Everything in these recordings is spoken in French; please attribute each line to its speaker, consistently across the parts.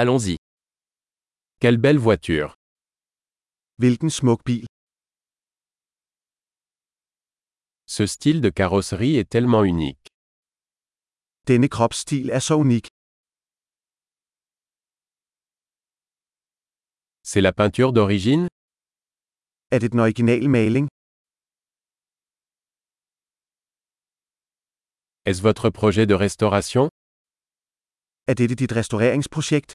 Speaker 1: Allons-y. Quelle belle voiture.
Speaker 2: Hvilken smuk bil.
Speaker 1: Ce style de carrosserie est tellement unique.
Speaker 2: Denne kropsstil er så unik.
Speaker 1: C'est la peinture d'origine
Speaker 2: Er det den originale maling?
Speaker 1: Est-ce votre projet de restauration
Speaker 2: Er dette dit restaureringsprojekt?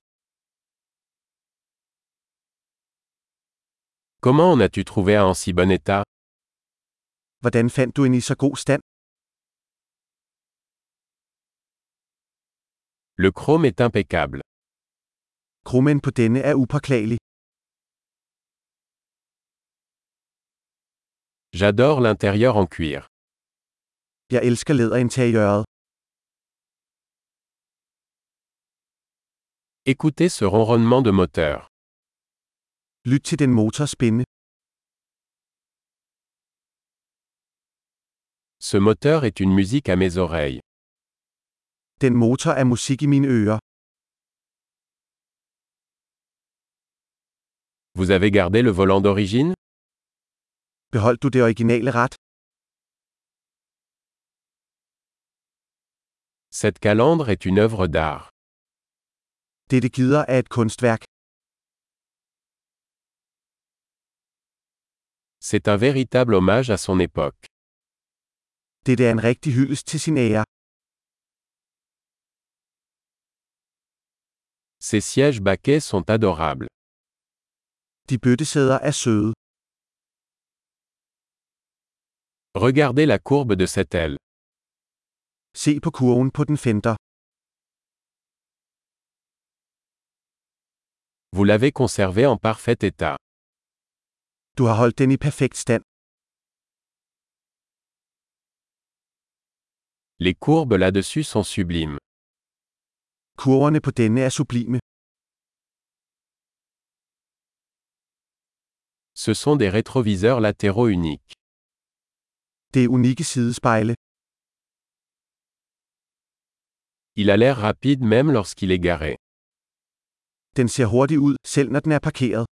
Speaker 1: Comment en as-tu trouvé un en si bon état
Speaker 2: Hvordan fandt du en i så god stand?
Speaker 1: Le chrome est impeccable.
Speaker 2: Krummen på denne er upåklagelig.
Speaker 1: J'adore l'intérieur en cuir.
Speaker 2: Jeg elsker læderinteriøret.
Speaker 1: Écoutez ce ronronnement de moteur.
Speaker 2: Lyt til den motorspinde.
Speaker 1: Ce moteur est une musique à mes oreilles.
Speaker 2: Den motor er musik i mine ører.
Speaker 1: Vous avez gardé le volant d'origine
Speaker 2: Beholdt du det originale ret?
Speaker 1: Cette calandre est une œuvre d'art.
Speaker 2: Dette gider er et kunstværk.
Speaker 1: C'est un véritable hommage à son époque.
Speaker 2: Dette er en rigtig hyldest til sin ære.
Speaker 1: Ces sièges baquets sont adorables.
Speaker 2: De bøttesæder er søde.
Speaker 1: Regardez la courbe de cette aile.
Speaker 2: Se på kurven på den fender.
Speaker 1: Vous l'avez conservé en parfait état.
Speaker 2: Du har holdt den i perfekt stand.
Speaker 1: Les courbes là-dessus sont sublimes.
Speaker 2: Kurverne på denne er sublime.
Speaker 1: Ce sont des rétroviseurs latéraux uniques.
Speaker 2: Det er unikke sidespejle.
Speaker 1: Il a l'air rapide même lorsqu'il est garé.
Speaker 2: Den ser hurtig ud, selv når den er parkeret.